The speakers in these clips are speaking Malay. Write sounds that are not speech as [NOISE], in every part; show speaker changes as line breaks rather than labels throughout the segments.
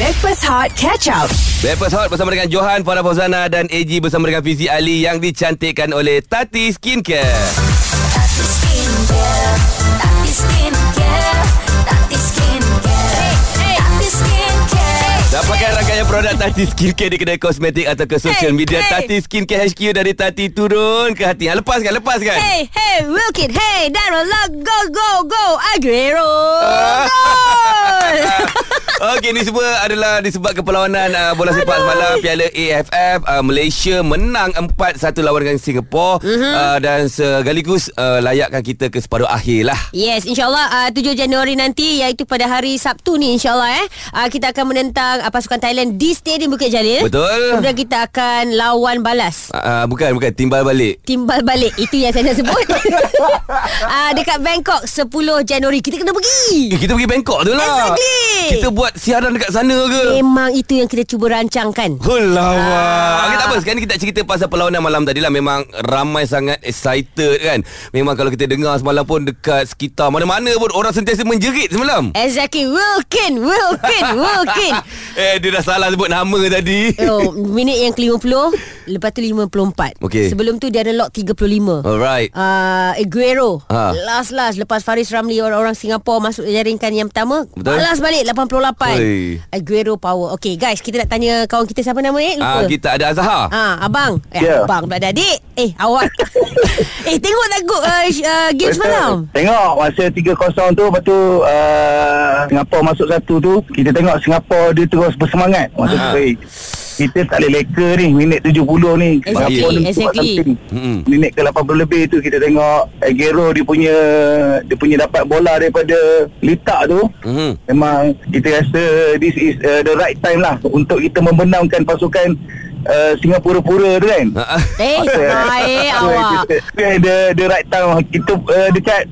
Breakfast Hot Catch Up.
Breakfast Hot bersama dengan Johan, Farah Fauzana dan AG bersama dengan Fizi Ali yang dicantikkan oleh Tati Skincare.
Tati Skincare Tati Skincare Tati Skincare Tati Skincare
Dapatkan rangkaian produk Tati Skincare di kedai kosmetik atau ke
Hey,
social media
hey.
Tati Skincare HQ dari Tati turun ke hati. Ha, lepaskan, lepaskan.
Hey, hey, Wilkin, hey, Daryl, Love, go, go, go, Aguero, gol.
[LAUGHS] [LAUGHS] Okey, ni semua adalah disebabkan perlawanan uh, bola sepak semalam Piala AFF uh, Malaysia menang 4-1 lawan dengan Singapura
Mhm.
mm-hmm. uh, dan segaligus uh, layakkan kita ke separuh akhir lah.
Yes, insyaAllah uh, 7 Januari nanti iaitu pada hari Sabtu ni insyaAllah eh uh, Kita akan menentang uh, pasukan Thailand di Stadium Bukit Jalil
Betul.
Kemudian kita akan lawan balas
Uh, bukan, bukan timbal balik.
Timbal balik Itu yang saya nak sebut uh, Dekat Bangkok 10 Januari Kita kena pergi
Eh, kita pergi Bangkok tu lah.
Exactly.
Kita buat siaran dekat sana ke?
Memang itu yang kita cuba rancangkan
Hulawa.
Ah.
Okey tak apa sekarang ni kita nak cerita pasal perlawanan malam tadi lah memang ramai sangat excited kan. Memang kalau kita dengar semalam pun dekat sekitar mana-mana pun orang sentiasa menjerit semalam.
Exactly Wilkin Wilkin Wilkin
[LAUGHS] eh dia dah salah sebut nama tadi.
Oh, minit yang ke-50 Lepas tu 54
Okey.
Sebelum tu dia ada lock 35
Alright.
Uh, Aguero
Ha.
Last-last Lepas Faris Ramli Orang-orang Singapura Masuk jaringkan yang pertama
Betul.
Balas balik 88
Oi.
Aguero power Okay guys Kita nak tanya Kawan kita siapa nama eh Lupa
Ah kita ada Azhar.
Ah, abang. Eh,
Ya.
abang pula dah adik. Eh,
[LAUGHS]
awak. eh, tengok tak gol uh, sh- uh, game semalam?
[LAUGHS]
Tengok masa 3-0 tu Lepas tu uh, Singapura masuk satu tu Kita tengok Singapura Dia terus bersemangat Masa
Ha.
tu hey, Kita tak boleh leka ni Minit 70 ni Singapura
Exactly,
ni buat
exactly.
something.
Mm-mm.
Minit ke 80 lebih tu Kita tengok Aguero dia punya Dia punya dapat bola Daripada Letak tu
Mhm.
Memang kita rasa This is uh, the right time lah Untuk kita membenamkan pasukan uh, Singapura-pura tu kan
Ah, ah.
Eh, baik awak.
The, the, the right time Kita uh, dekat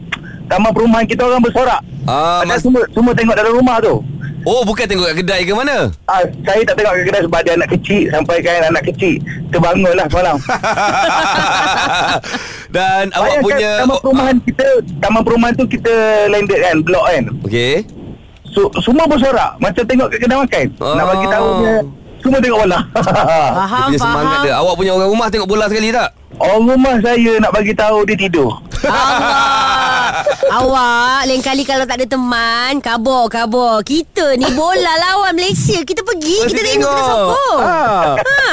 Taman perumahan kita orang bersorak
Ah,
Padahal
mas-
semua, semua tengok dalam rumah tu
Oh bukan tengok kat kedai ke mana? [LAUGHS]
Ah, saya tak tengok ke kedai sebab ada anak kecil Sampai kan anak kecil Terbangun lah semalam
dan [LAUGHS] awak
Bayangkan
punya Ah.
Taman perumahan kita Taman perumahan tu kita landed kan Blok kan
Okey.
so, Semua bersorak Macam tengok ke kedai makan
Oh.
Nak bagi tahu dia Semua tengok bola
Dia
Faham,
punya semangat
faham.
dia. Awak punya orang rumah tengok bola sekali tak?
[LAUGHS] Orang rumah saya nak bagi tahu dia tidur
Allah. awak, lain kali kalau tak ada teman, kabur, kabur. Kita ni bola lawan Malaysia. Kita pergi,
Mesti
kita tengok, kita
tengok.
sokong.
Ah.
Ha.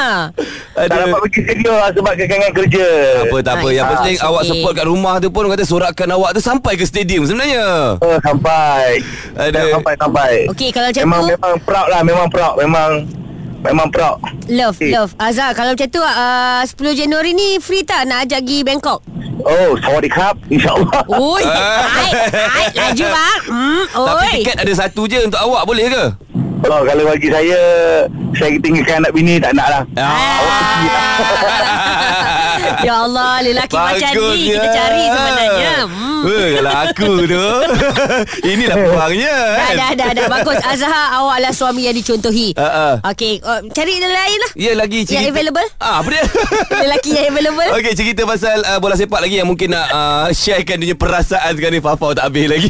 Tak
Aduh.
dapat pergi studio lah sebab kekangan kerja
Tak apa, tak apa.
Ah,
Yang
it's
penting
okay.
awak support kat rumah tu pun orang kata sorakan awak tu sampai ke stadium sebenarnya.
Oh, sampai.
Aduh.
Sampai sampai.
Okey, kalau macam
memang
tu-
memang proud lah, memang proud, memang memang proud.
Love,
Eh.
love. Azhar, kalau macam tu, uh, 10 Januari ni free tak nak ajak pergi Bangkok?
Oh, sorry cup [LAUGHS] insyaallah.
Oi, hai, hai, laju bang. Hmm, oi.
Ah. Tapi tiket ada satu je untuk awak boleh ke?
Oh, kalau bagi saya saya tinggalkan anak bini tak nak lah.
Ah.
[LAUGHS]
Ah. [LAUGHS] ya Allah Lelaki macam ni Kita cari sebenarnya hmm.
Weh, kalau aku tu. [LAUGHS] Inilah peluangnya.
Dah,
kan?
dah, dah, dah Bagus Azhar awak lah suami yang dicontohi
Ha, ha.
Okey uh, Cari yang lain lah
Ya lagi cerita.
Yang available?
Ah, apa dia?
Lelaki yang available
[LAUGHS] Okey, cerita pasal uh, bola sepak lagi yang mungkin nak uh, sharekan dia punya perasaan sekarang ni Fafau tak habis
[LAUGHS]
lagi.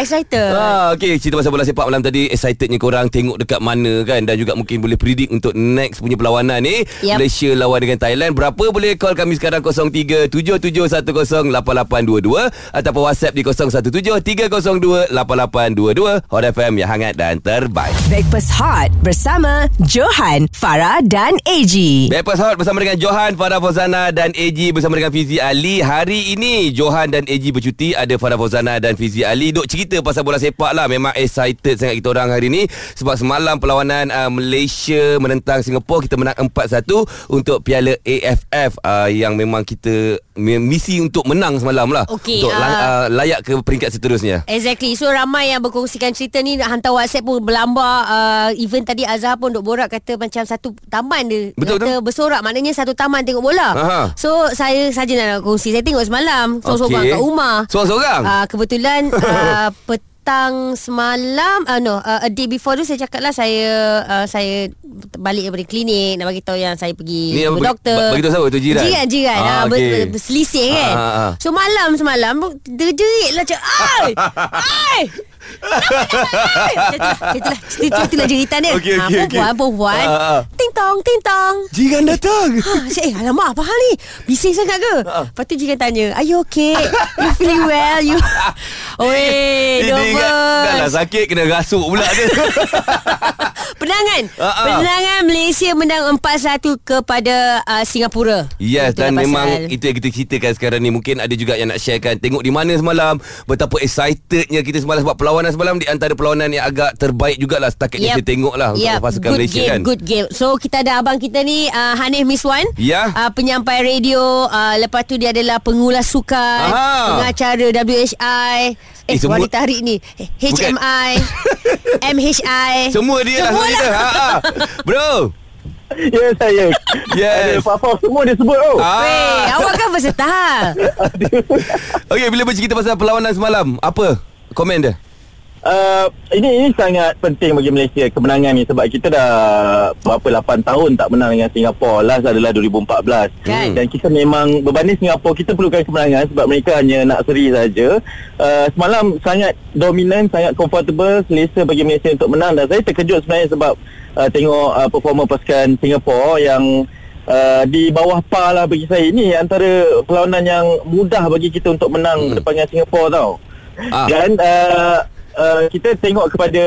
Excited
Ah, okay. Cerita pasal bola sepak malam tadi Excitednya korang Tengok dekat mana kan Dan juga mungkin boleh predict Untuk next punya perlawanan ni
Yep.
Malaysia lawan dengan Thailand Berapa boleh call kami sekarang 0377108822 Ataupun WhatsApp di 0173028822 Hot FM yang hangat dan terbaik
Breakfast Hot bersama Johan, Farah dan AG.
Breakfast Hot bersama dengan Johan, Farah Fauzana dan AG bersama dengan Fizi Ali. Hari ini Johan dan AG bercuti ada Farah Fauzana dan Fizi Ali duk cerita pasal bola sepak lah. Memang excited sangat kita orang hari ini sebab semalam perlawanan uh, Malaysia menentang Singapura kita menang 4-1 untuk Piala AFF uh, yang memang kita me- misi untuk menang semalam lah.
Okey,
untuk lang-
ah.
uh, layak ke peringkat seterusnya.
Exactly So ramai yang berkongsikan cerita ni Nak hantar whatsapp pun Berlambar uh, Even tadi Azhar pun Duk borak kata Macam satu taman dia
Betul,
Kata bersorak Maknanya satu taman tengok bola
Aha.
So saya saja nak kongsi Saya tengok semalam Sorang-sorang
Okey.
kat rumah
Sorang-sorang?
Ah,
[LAUGHS]
Kebetulan uh, Petang semalam uh, No uh, A day before tu Saya cakap lah Saya uh, Saya Balik daripada klinik Nak bagi tahu yang Saya pergi
Ni
Ke
apa, bagi-
doktor
ba- bagi tahu siapa tu? Jiran?
Jiran jiran
Ah,
ah, ber-
okey.
ber- Berselisih kan
Ah, ah, ah. [LAUGHS]
So malam semalam Dia jerit lah Macam Ai lah, Ai Macam itulah Macam itulah Itulah cerita dia
Okey,
Ah,
okey, okey.
Perempuan Perempuan
Ah, ah.
Ting tong Ting tong
Jiran datang
Ha, saya, eh, alamak, apa hal ni? Bising sangat ke?
Ha.
Lepas tu jiran tanya, are you okay? You feeling well?
[LAUGHS]
You... Oi,
Dia- dia ingat, Dah lah
Dover.
sakit Kena rasuk pula dia
[LAUGHS] Penangan.
Ha, ha.
Penangan kan? Malaysia menang 4-1 kepada uh, Singapura.
Yes
Itulah
dan
pasal-
memang Itu yang kita ceritakan sekarang ni Mungkin ada juga yang nak sharekan Tengok di mana semalam Betapa excitednya kita semalam Sebab perlawanan semalam Di antara perlawanan yang agak terbaik jugalah Setakat yep. kita tengok lah Untuk yep. pasukan
good
Malaysia
game,
kan
Good game So kita ada abang kita ni uh, Hanif Miswan
Ya.
uh, Penyampai radio uh, Lepas tu dia adalah pengulas sukan
Aha.
Pengacara WHI Eh, eh
Eh, semua-
wanita hari ni eh, HMI MHI
[LAUGHS] Semua dia lah
Semua
sama kita. Ha, ha. Bro
Ya saya
Yes.
Ada Fafaf semua dia sebut oh
Ah.
[LAUGHS] Weh, awak kan versatile
Okay bila bercerita pasal perlawanan semalam Apa komen dia
uh, ini, ini sangat penting bagi Malaysia Kemenangan ni Sebab kita dah Berapa 8 tahun tak menang dengan Singapura Last adalah 2014
Kan.
Dan kita memang Berbanding Singapura Kita perlukan kemenangan Sebab mereka hanya nak seri saja. uh, Semalam sangat dominan Sangat comfortable Selesa bagi Malaysia untuk menang Dan saya terkejut sebenarnya sebab uh, Tengok uh, performa pasukan Singapura Yang uh, di bawah par lah bagi saya ini antara perlawanan yang mudah bagi kita untuk menang hmm. depan dengan Singapura tau
Ah.
ah. dan uh, uh, kita tengok kepada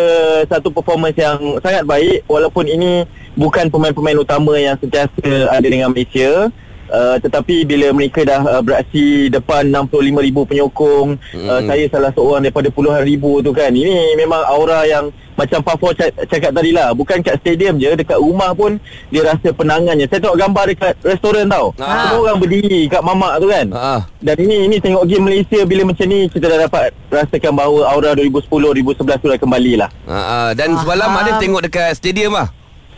satu performance yang sangat baik walaupun ini bukan pemain-pemain utama yang sentiasa ada dengan Malaysia Uh, tetapi bila mereka dah uh, beraksi depan 65,000 penyokong mm. uh, saya salah seorang daripada puluhan ribu tu kan ini memang aura yang macam Pafo ca- cakap tadi lah bukan kat stadium je dekat rumah pun dia rasa penangannya saya tengok gambar dekat restoran tau
Ah.
semua orang berdiri kat mamak tu kan
Ah.
dan ini ini tengok game Malaysia bila macam ni kita dah dapat rasakan bahawa aura 2010 2011 tu dah kembali lah
ha, ha. Dan semalam
Faham.
Hanif tengok dekat stadium lah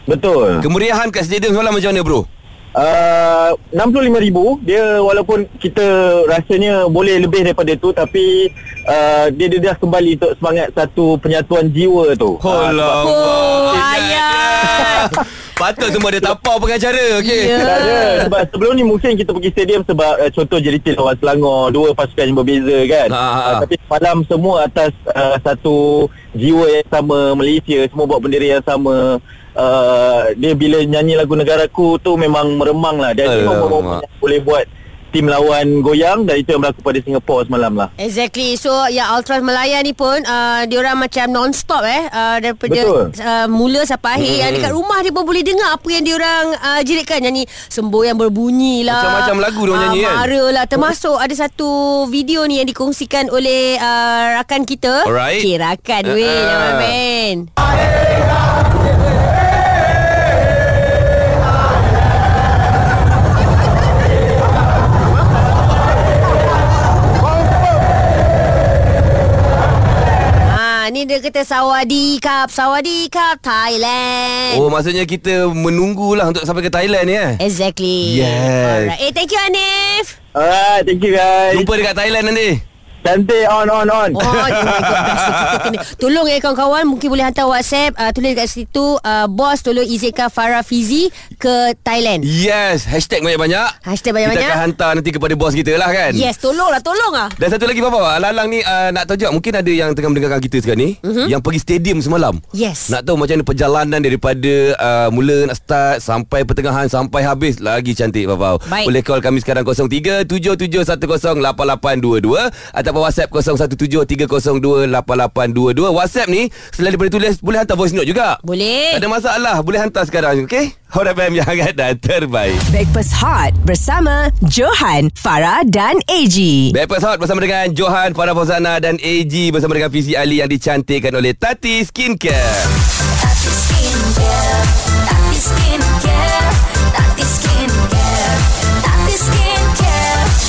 betul
Kemeriahan kat stadium semalam macam mana bro
Uh, 65,000 dia walaupun kita rasanya boleh lebih daripada tu tapi uh, dia, dia dah kembali untuk semangat satu penyatuan jiwa tu. Ah, sebab-
Alamak.
Oh,
[LAUGHS] Kejap
ayat.
je. Patut semua dia tapau pengacara Okey
Ya.
Tak ada
Ah.
Sebab sebelum ni mungkin kita pergi stadium Sebab uh, contoh JDT lawan Selangor Dua pasukan yang berbeza kan
Ha,
ha,
ha, ha.
Uh, Tapi malam semua atas uh, Satu jiwa yang sama Malaysia Semua buat bendera yang sama uh, Dia bila nyanyi lagu negaraku tu Memang meremang lah Dan
Alamak.
memang momen yang boleh buat Tim lawan goyang Dan itu yang berlaku pada Singapura semalam lah
Exactly So yang Ultras Malaya ni pun uh, Diorang macam non-stop eh uh, Daripada
Betul.
uh, mula sampai akhir Yang dekat rumah dia pun boleh dengar Apa yang diorang uh, jiritkan Nyanyi semboh yang berbunyi lah
Macam-macam lagu diorang
Ah,
nyanyi kan?
Mara lah Termasuk ada satu video ni Yang dikongsikan oleh uh, rakan kita
Alright.
Cik rakan weh
Ah.
uh-uh. Man Ah, ni dia kata Sawadi Cup Sawadi Cup Thailand
Oh maksudnya kita menunggulah Untuk sampai ke Thailand ni eh
Exactly
Yes.
Alright. Eh thank you Anif
Alright thank you guys
Jumpa dekat Thailand nanti
Cantik on on on
Oh, oh my God, best. Kita kena. Tolong eh kawan-kawan Mungkin boleh hantar WhatsApp uh, Tulis dekat situ uh, Bos tolong izinkan Farah Fizi Ke Thailand
Yes Hashtag banyak-banyak
Hashtag
Kita akan
banyak-banyak
hantar nanti kepada bos kita lah kan
Yes tolonglah Tolong lah
Dan satu lagi Papa Lalang ni uh, nak tahu juga Mungkin ada yang tengah mendengarkan kita sekarang ni mm-hmm. Yang pergi stadium semalam
Mhm. Yes
Nak tahu macam mana perjalanan daripada uh, mula nak start sampai pertengahan sampai habis lagi cantik Papa.
Baik.
Boleh call kami sekarang 0377108822 ataupun WhatsApp 0173028822. WhatsApp ni selain daripada tulis boleh hantar voice note juga.
Boleh
Tak ada masalah, boleh hantar sekarang, okey? Hot FM yang hangat dan terbaik.
Breakfast Hot bersama Johan, Farah dan AG.
Breakfast Hot bersama dengan Johan, Farah Fauzana dan AG bersama dengan Fizi Ali yang dicantikkan oleh Tati Skincare.
Tati skincare, Tati skincare, Tati skincare, Tati skincare.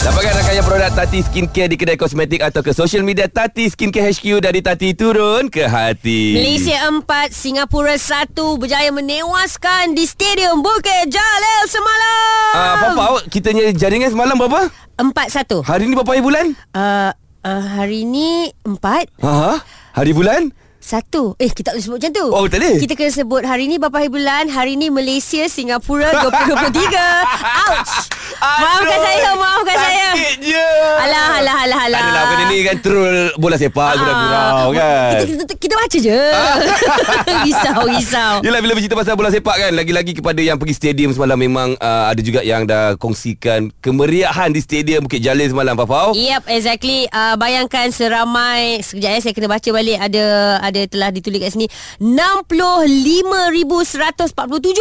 Dapatkan rangkaian produk Tati Skincare di kedai kosmetik atau ke social media Tati Skincare HQ dari Tati turun ke hati.
Malaysia 4 Singapura 1 Berjaya menewaskan Di Stadium Bukit Jalil semalam
Ah, Ha- Papa, awak kitanya jaringan semalam berapa?
4-1
Hari ni berapa hari bulan?
uh, uh, Hari ni 4
Ha? Hari bulan?
Satu Eh kita tak boleh sebut macam tu
Oh, tak boleh?
Kita kena
[LAUGHS]
sebut Hari ni berapa hari bulan Hari ni Malaysia Singapura 2023 Ouch Maafkan saya, maafkan saya.
Sakit je.
Alah, alah, alah, alah.
Adalah benda ni kan troll bola
Ah,
sepak gurau-gurau kan.
Kita, kita, kita baca
[LAUGHS]
je Risau Risau
Yelah bila bercerita pasal bola sepak kan Lagi-lagi kepada yang pergi stadium semalam Memang uh, ada juga yang dah kongsikan Kemeriahan di stadium Bukit Jalil semalam Fafau
Yep, exactly. Uh, bayangkan seramai sekejap eh saya kena baca balik ada ada telah ditulis kat sini
[LAUGHS]
65,147.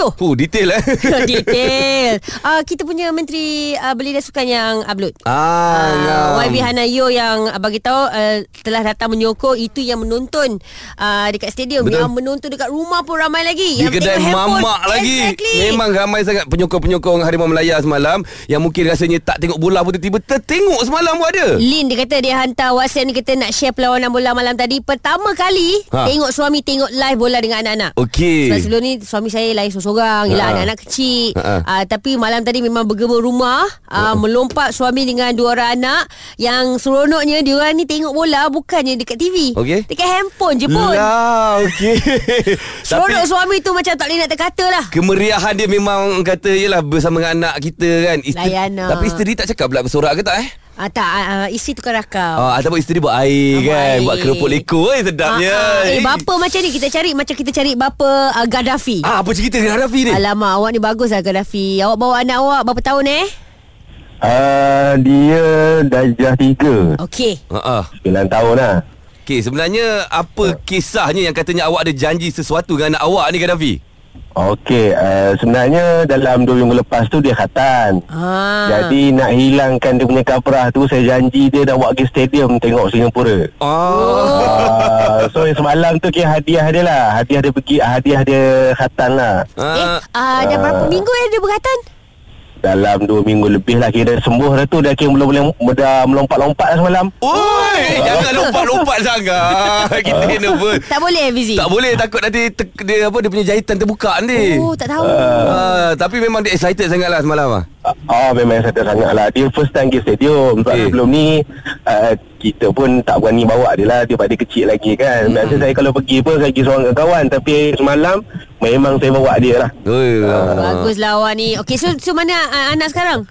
Huh,
[LAUGHS]
detail eh
Detail. Uh, kita punya menteri uh, belia dan sukan yang upload.
[LAUGHS] Ah,
Uh,
ngam.
YB Hanayo yang uh, bagi tahu uh, telah datang menyokong itu yang menonton uh, dekat stadium
Betul.
yang menonton dekat rumah pun ramai lagi
Di
yang
kedai
tengok handphone.
mamak lagi
exactly.
Memang ramai sangat penyokong-penyokong Harimau Melaya semalam Yang mungkin rasanya tak tengok bola pun Tiba-tiba tertengok semalam pun ada
Lin dia kata dia hantar WhatsApp ni kata nak share perlawanan bola malam tadi. Pertama kali
Ha.
ha. tengok suami tengok live bola dengan anak-anak.
Okey
Sebab sebelum ni suami saya lahir seorang-seorang Yelah
Ha.
anak-anak kecil
Ha.
uh, Tapi malam tadi memang bergema rumah uh, Melompat suami dengan dua orang anak Yang seronoknya diorang ni tengok bola Bukannya dekat TV
Okey.
Dekat handphone je pun
Lah, okey Tapi
[LAUGHS] Seronok suami tu macam tak boleh nak terkata lah
kemeriahan dia memang kata Yelah bersama dengan anak kita kan isteri,
Layanan.
Tapi isteri tak cakap pula bersorak ke tak eh
uh, Tak, uh, isteri tukar rakam
Ah, ataupun isteri buat air
Buat
kan
air.
Buat kerupuk leko eh,
Ah,
Sedapnya
ah. Eh bapa macam ni kita cari Macam kita cari bapa uh, Gaddafi
Ah, apa cerita dengan Harafi ni?
Alamak awak ni bagus lah Gaddafi Awak bawa anak awak berapa tahun eh?
Uh, dia darjah 3
Okey
Ha ah.
9 tahun lah
Okey, sebenarnya apa kisahnya yang katanya awak ada janji sesuatu dengan anak awak ni Gaddafi?
Okey, uh, sebenarnya dalam 2 minggu lepas tu dia khatan.
ah.
Jadi nak hilangkan dia punya kaprah tu saya janji dia nak buat ke stadium tengok Singapura.
Oh.
Ah.
Ah, so semalam tu kira hadiah dia lah. Hadiah dia pergi hadiah dia khatan lah.
Eh, uh,
Ah.
dah berapa minggu eh dia berkatan?
Dalam 2 minggu lebih lah kira sembuh dah tu dah kira mula boleh dah melompat-lompat lah semalam.
Oi, jangan lompat-lompat
[LAUGHS]
sangat. Kita nervous.
Oh. Tak boleh eh, Fizi?
Tak boleh takut nanti te, dia apa dia punya jahitan terbuka nanti.
Oh, tak tahu.
Ah, tapi memang dia excited sangatlah semalam ah.
Ah, ah, memang excited sangat lah Dia first time pergi stadium Sebab
Okey.
okay. sebelum ni uh, Kita pun tak berani bawa dia lah Dia pada kecil lagi kan hmm. Biasa saya kalau pergi pun Saya pergi seorang dengan kawan Tapi semalam Memang saya bawa dia lah
Oi. Ah.
Bagus lah awak ni. Okey, so, so mana uh, anak sekarang?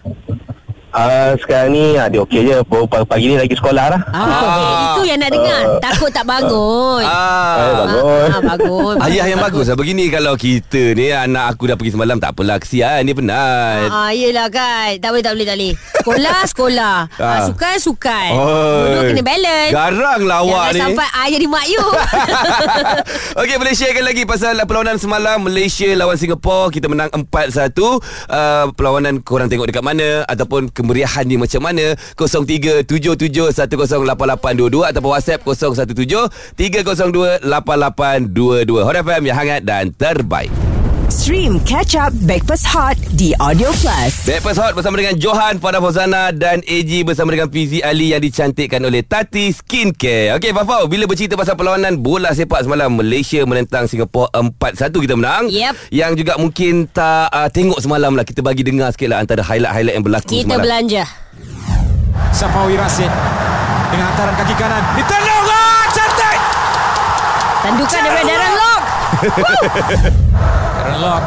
uh, Sekarang ni ah, Dia okey je Baru pagi- Pagi ni lagi sekolah lah
Ah, okey. Itu yang nak dengar. Takut tak bangun.
Eh,
Ah.
bagus
Ah, bangun.
Ayah yang bagus lah Begini kalau kita ni Anak aku dah pergi semalam Tak apalah Kesian dia penat
Ah, yelah kan. Tak boleh, tak boleh, tak boleh.
[LAUGHS]
Sekolah, sekolah.
Ah.
Ah. Sukan, sukan.
Oi.
Dua-dua kena balance.
Garang lah awak
Jangan
ni
sampai I jadi mak you.
[LAUGHS] Okey boleh sharekan lagi Pasal perlawanan semalam Malaysia lawan Singapura Kita menang 4-1 uh, Perlawanan korang tengok dekat mana Ataupun kemeriahan ni macam mana 0377108822 Ataupun WhatsApp 0173028822 Hot FM yang hangat dan terbaik
Stream Catch Up Backpass Hot di Audio Plus.
Breakfast Hot bersama dengan Johan, Farah Fozana dan AG bersama dengan Fizi Ali yang dicantikkan oleh Tati Skincare. Okey, Fafau, bila bercerita pasal perlawanan bola sepak semalam, Malaysia menentang Singapura 4-1 kita menang.
Yep.
Yang juga mungkin tak uh, tengok semalam lah. Kita bagi dengar sikit lah antara highlight-highlight yang berlaku
Kita
semalam.
belanja.
Safawi Rasid dengan hantaran kaki kanan ditendang ah, cantik
Tandukan daripada Darren Lock.
Aaron Lock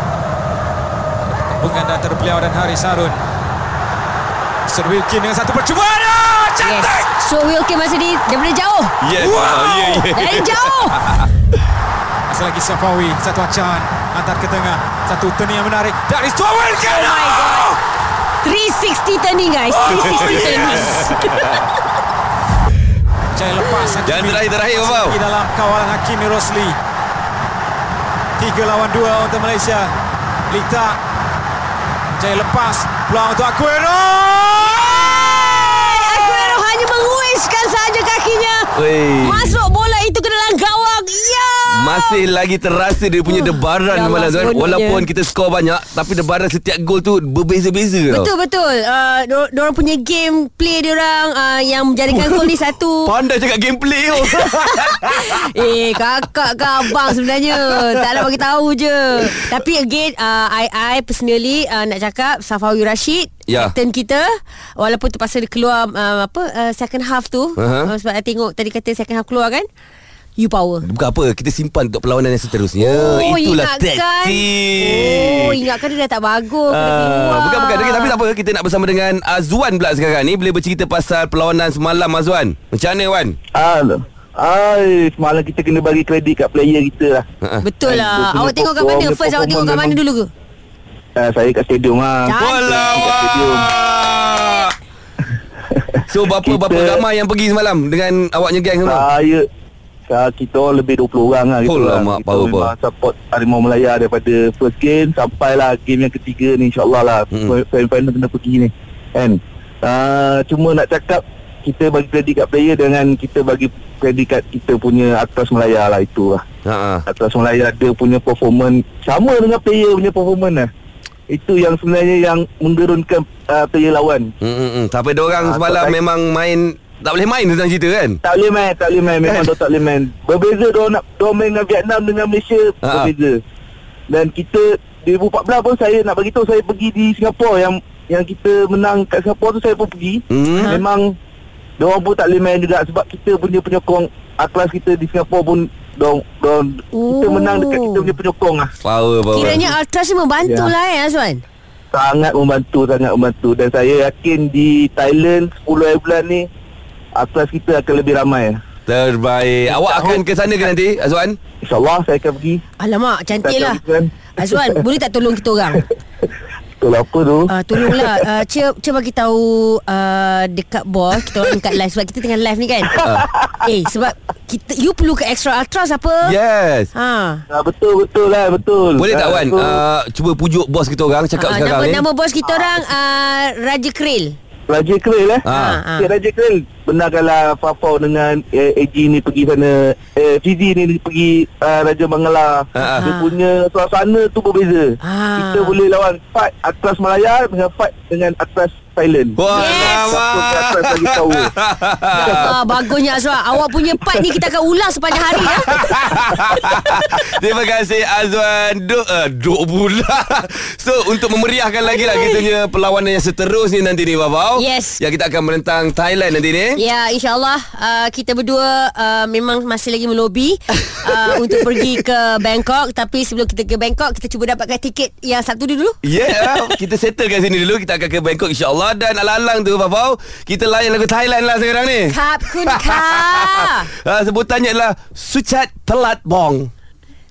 Bungan antara beliau dan Haris Harun Sir Wilkin dengan satu percubaan ah,
Yes.
cantik
So, Wilkin masa ni daripada jauh.
Yes.
Wow.
Wow. Yeah, yeah.
Dari jauh.
yes. lagi Safawi satu acaan hantar ke tengah satu turni yang menarik dari Sir Wilkin oh my god
360 turning guys.
Oh,
360 turning.
Jaya lepas Hakimi.
Jangan terakhir-terakhir,
Masih
Bapak.
lagi dalam kawalan Hakimi Rosli Tiga lawan dua untuk Malaysia Lita Jaya lepas Peluang untuk Aguero
Aguero hanya menguiskan saja kakinya.
Wey.
Masuk bola itu ke dalam gawang. Ya.
Masih lagi terasa dia punya
Oh,
debaran
ya
semalam
Allah,
Zuan.
seronoknya.
Walaupun kita skor banyak Tapi debaran setiap gol tu berbeza-beza tau.
Betul betul. Uh, dor- dorang punya game play diorang uh, yang menjadikan gol ni satu.
[LAUGHS] Pandai cakap gameplay tu
[LAUGHS] eh kakak ke abang sebenarnya. tak nak bagi tahu je. Tapi again uh, I I personally uh, nak cakap Safawi Rashid
Ya.
captain kita walaupun terpaksa dia keluar uh, apa uh, second half tu
Aha.
uh-huh. uh, sebab I tengok tadi kata second half keluar kan. You power
Bukan apa Kita simpan untuk perlawanan yang seterusnya
Oh,
Eh, Itulah
ingatkan.
taktik
Oh ingatkan dia dah tak bagus Kena
Ah,
keluar
bukan bukan okay, tapi tak apa kita nak bersama dengan Azwan pula sekarang ni boleh bercerita pasal perlawanan semalam Azwan. Macam mana Wan?
Ah, ah, semalam kita kena bagi kredit kat player kita lah.
Betul lah Awak
Dia punya
tengok kat mana
perform- dia
First awak tengok kat
perform
mana
memang-
dulu ke
Ah, saya kat stadium lah.
Cantik.
Walawak. So berapa
Kita-
berapa ramai yang pergi semalam dengan awaknya geng semua?
Saya ah, kita orang lebih 20 orang lah
Oh,
lah.
lama,
Kita
power,
memang support Harimau Melaya daripada first game sampailah game yang ketiga ni insyaallah lah
Mm-mm.
semi final kena pergi ni kan Ah, cuma nak cakap kita bagi kredit kat player dengan kita bagi kredit kat kita punya atas Melaya lah itu lah
Ha ah.
atas Melaya dia punya performance sama dengan player punya performance lah itu yang sebenarnya yang menggerunkan ah, player lawan
Hmm, hmm, hmm. Sampai dia orang
Ah,
semalam
tak-
memang main tak boleh main tentang cerita kan?
Tak boleh main, tak boleh main. Memang dia tak boleh main. Berbeza dia nak dia main dengan Vietnam dengan Malaysia
Ha.
berbeza. Dan kita 2014 pun saya nak bagi tahu saya pergi di Singapura yang yang kita menang kat Singapura tu saya pun pergi.
Hmm.
Ha. Memang dia orang pun tak boleh main juga sebab kita punya penyokong atlas kita di Singapura pun dong dong kita
Oh.
menang dekat kita punya penyokong lah.
Power power.
Kiranya Altras ni membantu
Ya.
lah eh Azwan
Sangat membantu, sangat membantu dan saya yakin di Thailand 10 hari bulan ni atlas kita akan lebih ramai.
Terbaik. Awak akan ke sana ke nanti Azwan?
InsyaAllah saya akan pergi.
Alamak cantik lah
Tak, tak, bukan.
Azwan boleh tak tolong kita orang
Betul apa tu?
uh, Tolonglah uh, Cia, Cia bagi tahu uh, Dekat bos Kita orang dekat live Sebab kita tengah live ni kan Eh sebab kita, You perlu ke extra ultras apa
Ya. Yes.
Ha.
Ah, betul betul lah betul.
Boleh tak
Ah,
Wan?
betul.
Uh, cuba pujuk bos kita orang cakap
Ah, nama,
sekarang ni.
nama bos kita orang uh, Raja Kril.
Raja Keril eh?
Ah,
Ah.
ah.
Cik Raja Keril benarkanlah Fafau dengan eh, AG ni pergi sana eh, Fizi ni pergi uh, Raja Bangala
Ah, ah.
Dia punya suasana tu berbeza
Ah.
Kita boleh lawan fight atas Malaya dengan fight dengan atas Thailand
Wah,
Yes.
Satu ke atas lagi
[LAUGHS]
tahu
Ah, bagusnya Azwan. Awak punya part ni kita akan ulas sepanjang hari ya.
Terima kasih Azwan Duk uh, Duk pula [LAUGHS] So untuk memeriahkan lagi lah Kita punya perlawanan yang seterusnya nanti ni Babau
Yes.
Yang kita akan menentang Thailand nanti ni
Ya, insyaallah uh, kita berdua uh, memang masih lagi melobi uh, untuk pergi ke Bangkok tapi sebelum kita ke Bangkok kita cuba dapatkan tiket yang Sabtu ni dulu.
Yeah Kita settlekan sini dulu Kita akan ke Bangkok insyaAllah Dan alang-alang tu Babau Kita layan lagu Thailand lah sekarang ni
Kap kun
[LAUGHS]
ka.
uh, Sebutannya adalah Sucat Telat Bong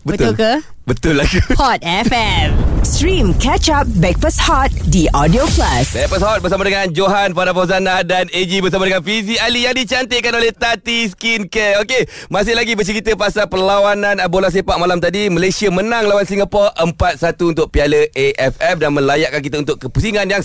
Betul ke?
Betul lah [LAUGHS] ke?
Hot FM.
Stream Catch Up Backpass Hot di Audio Plus.
Lepas Hot bersama dengan Johan Farah Fauzana dan AG bersama dengan Fizi Ali yang dicantikkan oleh Tati Skincare. Okey, masih lagi bercerita pasal perlawanan ah, bola sepak malam tadi. Malaysia menang lawan Singapura 4-1 untuk Piala AFF dan melayakkan kita untuk ke pusingan yang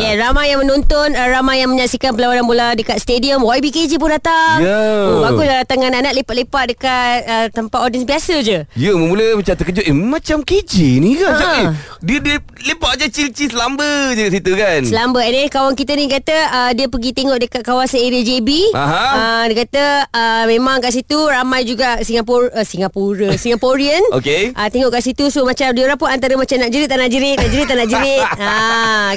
Ya, yeah, ramai yang menonton, uh, ramai yang menyaksikan perlawanan bola dekat stadium. YBKJ pun datang.
Ya.
Oh, baguslah datang dengan anak-anak lepak-lepak dekat uh, tempat audience biasa je.
Ya, mula macam terkejut. Eh, macam KJ ni kan?
Ha.
Ha. Eh, dia, dia lepak je chill-chill selamba je kat situ kan?
Selamba And then eh. kawan kita ni kata uh, Dia pergi tengok dekat kawasan area JB
Aha.
uh, Dia kata uh, Memang kat situ Ramai juga Singapura uh, Singapura [LAUGHS] Singaporean
Okey.
uh, Tengok kat situ So macam dia orang pun Antara macam nak jerit tak nak jerit Nak jerit tak nak
[LAUGHS]
jerit ha,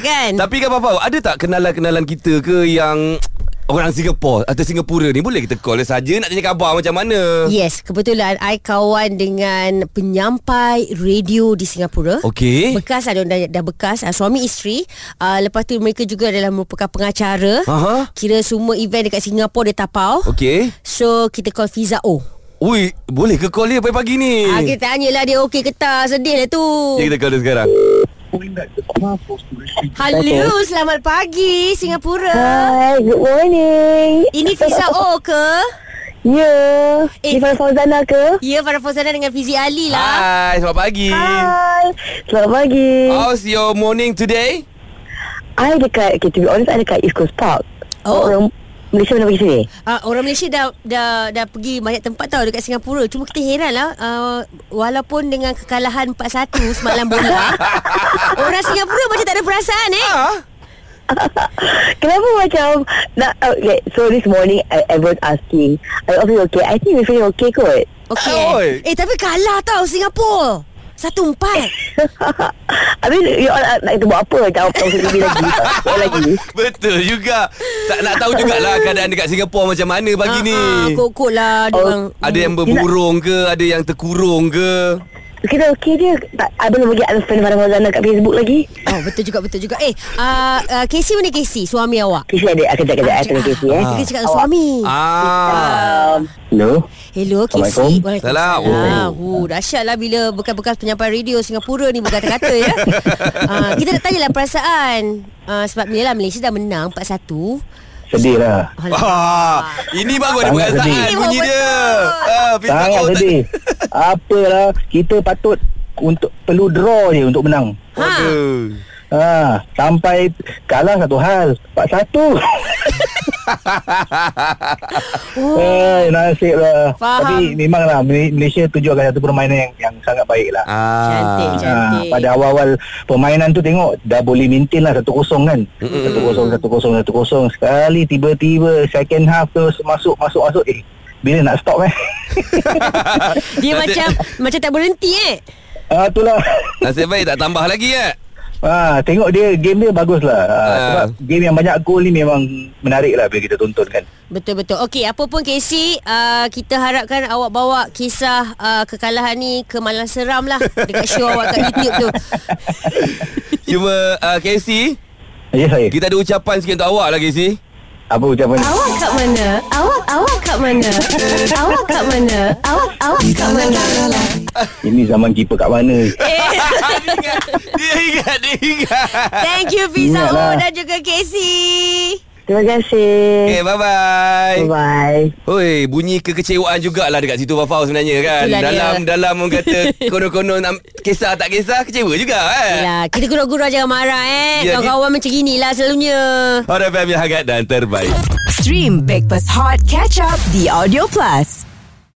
Kan
Tapi kan apa ada tak kenalan-kenalan kita ke yang orang Singapura atau Singapura ni boleh kita call saja nak tanya khabar macam mana?
Yes, kebetulan I kawan dengan penyampai radio di Singapura.
Okey.
Bekas ada dah, dah bekas uh, suami isteri. Uh, lepas tu mereka juga adalah merupakan pengacara.
Aha.
Kira semua event dekat Singapura dia tapau.
Okey.
So kita call Fiza O.
Ui, boleh ke call dia pagi-pagi ni?
Ah, kita tanyalah dia okey ke tak. Sedih lah tu.
Ya, kita call dia sekarang.
Hello, selamat pagi Singapura.
Hi, good morning.
Ini Fiza O ke?
Ya.
Eh.
Eh. Ifan Fauzana ke?
Ya, Farah Fauzana dengan Fizi Ali lah.
Hai, selamat pagi.
Hi. Selamat pagi. Oh.
How's your morning today?
Ah.
I dekat, okay, to be honest, I dekat East Coast Park.
Oh.
Orang Malaysia mana pergi sini?
Uh, orang Malaysia dah, dah dah pergi banyak tempat tau dekat Singapura. Cuma kita heran lah uh, walaupun dengan kekalahan 4-1 semalam
[LAUGHS]
bola. orang Singapura macam tak ada perasaan eh.
Ha?
Kenapa macam nak, oh, okay, so this morning I, everyone asking I okay okay I think we're feeling okay kot
Okey.
Oi.
Eh tapi kalah tau Singapura. Satu empat
Habis you all nak nak kita buat apa
[LAUGHS]
Jawab tahu sendiri lagi Tak tahu lagi
Betul juga Tak nak tahu jugalah Keadaan dekat Singapura macam mana pagi ni
Ah, ah, Kok-kok lah dia
Oh.
orang
Ada yang berburung ke Ada yang terkurung ke
Kita okey je tak, I belum lagi unfriend Farah Fauzana kat Facebook lagi
Oh betul juga betul juga Eh uh, uh, Casey mana Casey Suami awak
Kisi ada ah, Kejap-kejap I tengah kisi eh
Ah, Kita cakap dengan suami
Ah,
Um,
Hello
Hello Casey
Assalamualaikum.
Waalaikumsalam oh, Dahsyat lah bila Bekas-bekas penyampai radio Singapura ni Berkata-kata [LAUGHS] ya uh, Kita nak tanyalah perasaan uh, Sebab ni lah Malaysia dah menang 4-1
Sedih lah
Alah.
ah. [LAUGHS] Ini bagus ada
Sangat
perasaan
sedih.
bunyi dia. Ah, Fizz
Sangat
takut tak-
sedih Apalah Kita patut untuk perlu draw je untuk menang
Ha.
Aduh.
Ha, sampai kalah satu hal. Pak satu. Eh, nasib lah.
Faham.
Tapi memanglah Mal- Malaysia tuju akan satu permainan yang, yang sangat baik lah.
Ah.
Cantik,
Ah,
cantik.
pada awal-awal permainan tu tengok dah boleh maintain lah 1-0 kan. 1-0 1-0 1-0 sekali tiba-tiba second half tu masuk masuk masuk eh bila nak stop eh. [LAUGHS]
Dia macam Macam tak berhenti eh
Ah itulah.
Nasib baik tak tambah lagi ya.
Ah tengok dia game dia bagus lah. Ah,
Ah.
sebab game yang banyak gol ni memang menarik lah bila kita tonton kan.
Betul-betul Okey apa pun Casey uh, Kita harapkan awak bawa Kisah uh, kekalahan ni Ke malam seram lah Dekat show awak kat YouTube tu
Cuma uh, Casey,
Ya saya.
kita ada ucapan sikit untuk awak lah
[LAUGHS]
Casey.
Apa ucapan ni?
Awak kat mana? Awak awak kat mana? awak kat mana? Awak awak kat mana?
Ini zaman keeper kat mana?
dia ingat, dia ingat, dia ingat.
[LAUGHS]
lah.
Thank you Fiza O
Ingatlah.
dan juga Casey
Terima
Okay,
kasih
bye-bye.
Bye
Hoi, bunyi kekecewaan jugalah dekat situ Fafau sebenarnya kan.
Itulah dia.
dalam dalam orang kata konon-konon am- kisah tak kisah kecewa juga kan.
Yelah, Ya, kita gurau-gurau jangan marah eh.
Ya,
Kawan-kawan macam inilah selalunya.
Hot FM yang hangat dan terbaik.
Stream Breakfast Hot Catch Up The Audio Plus.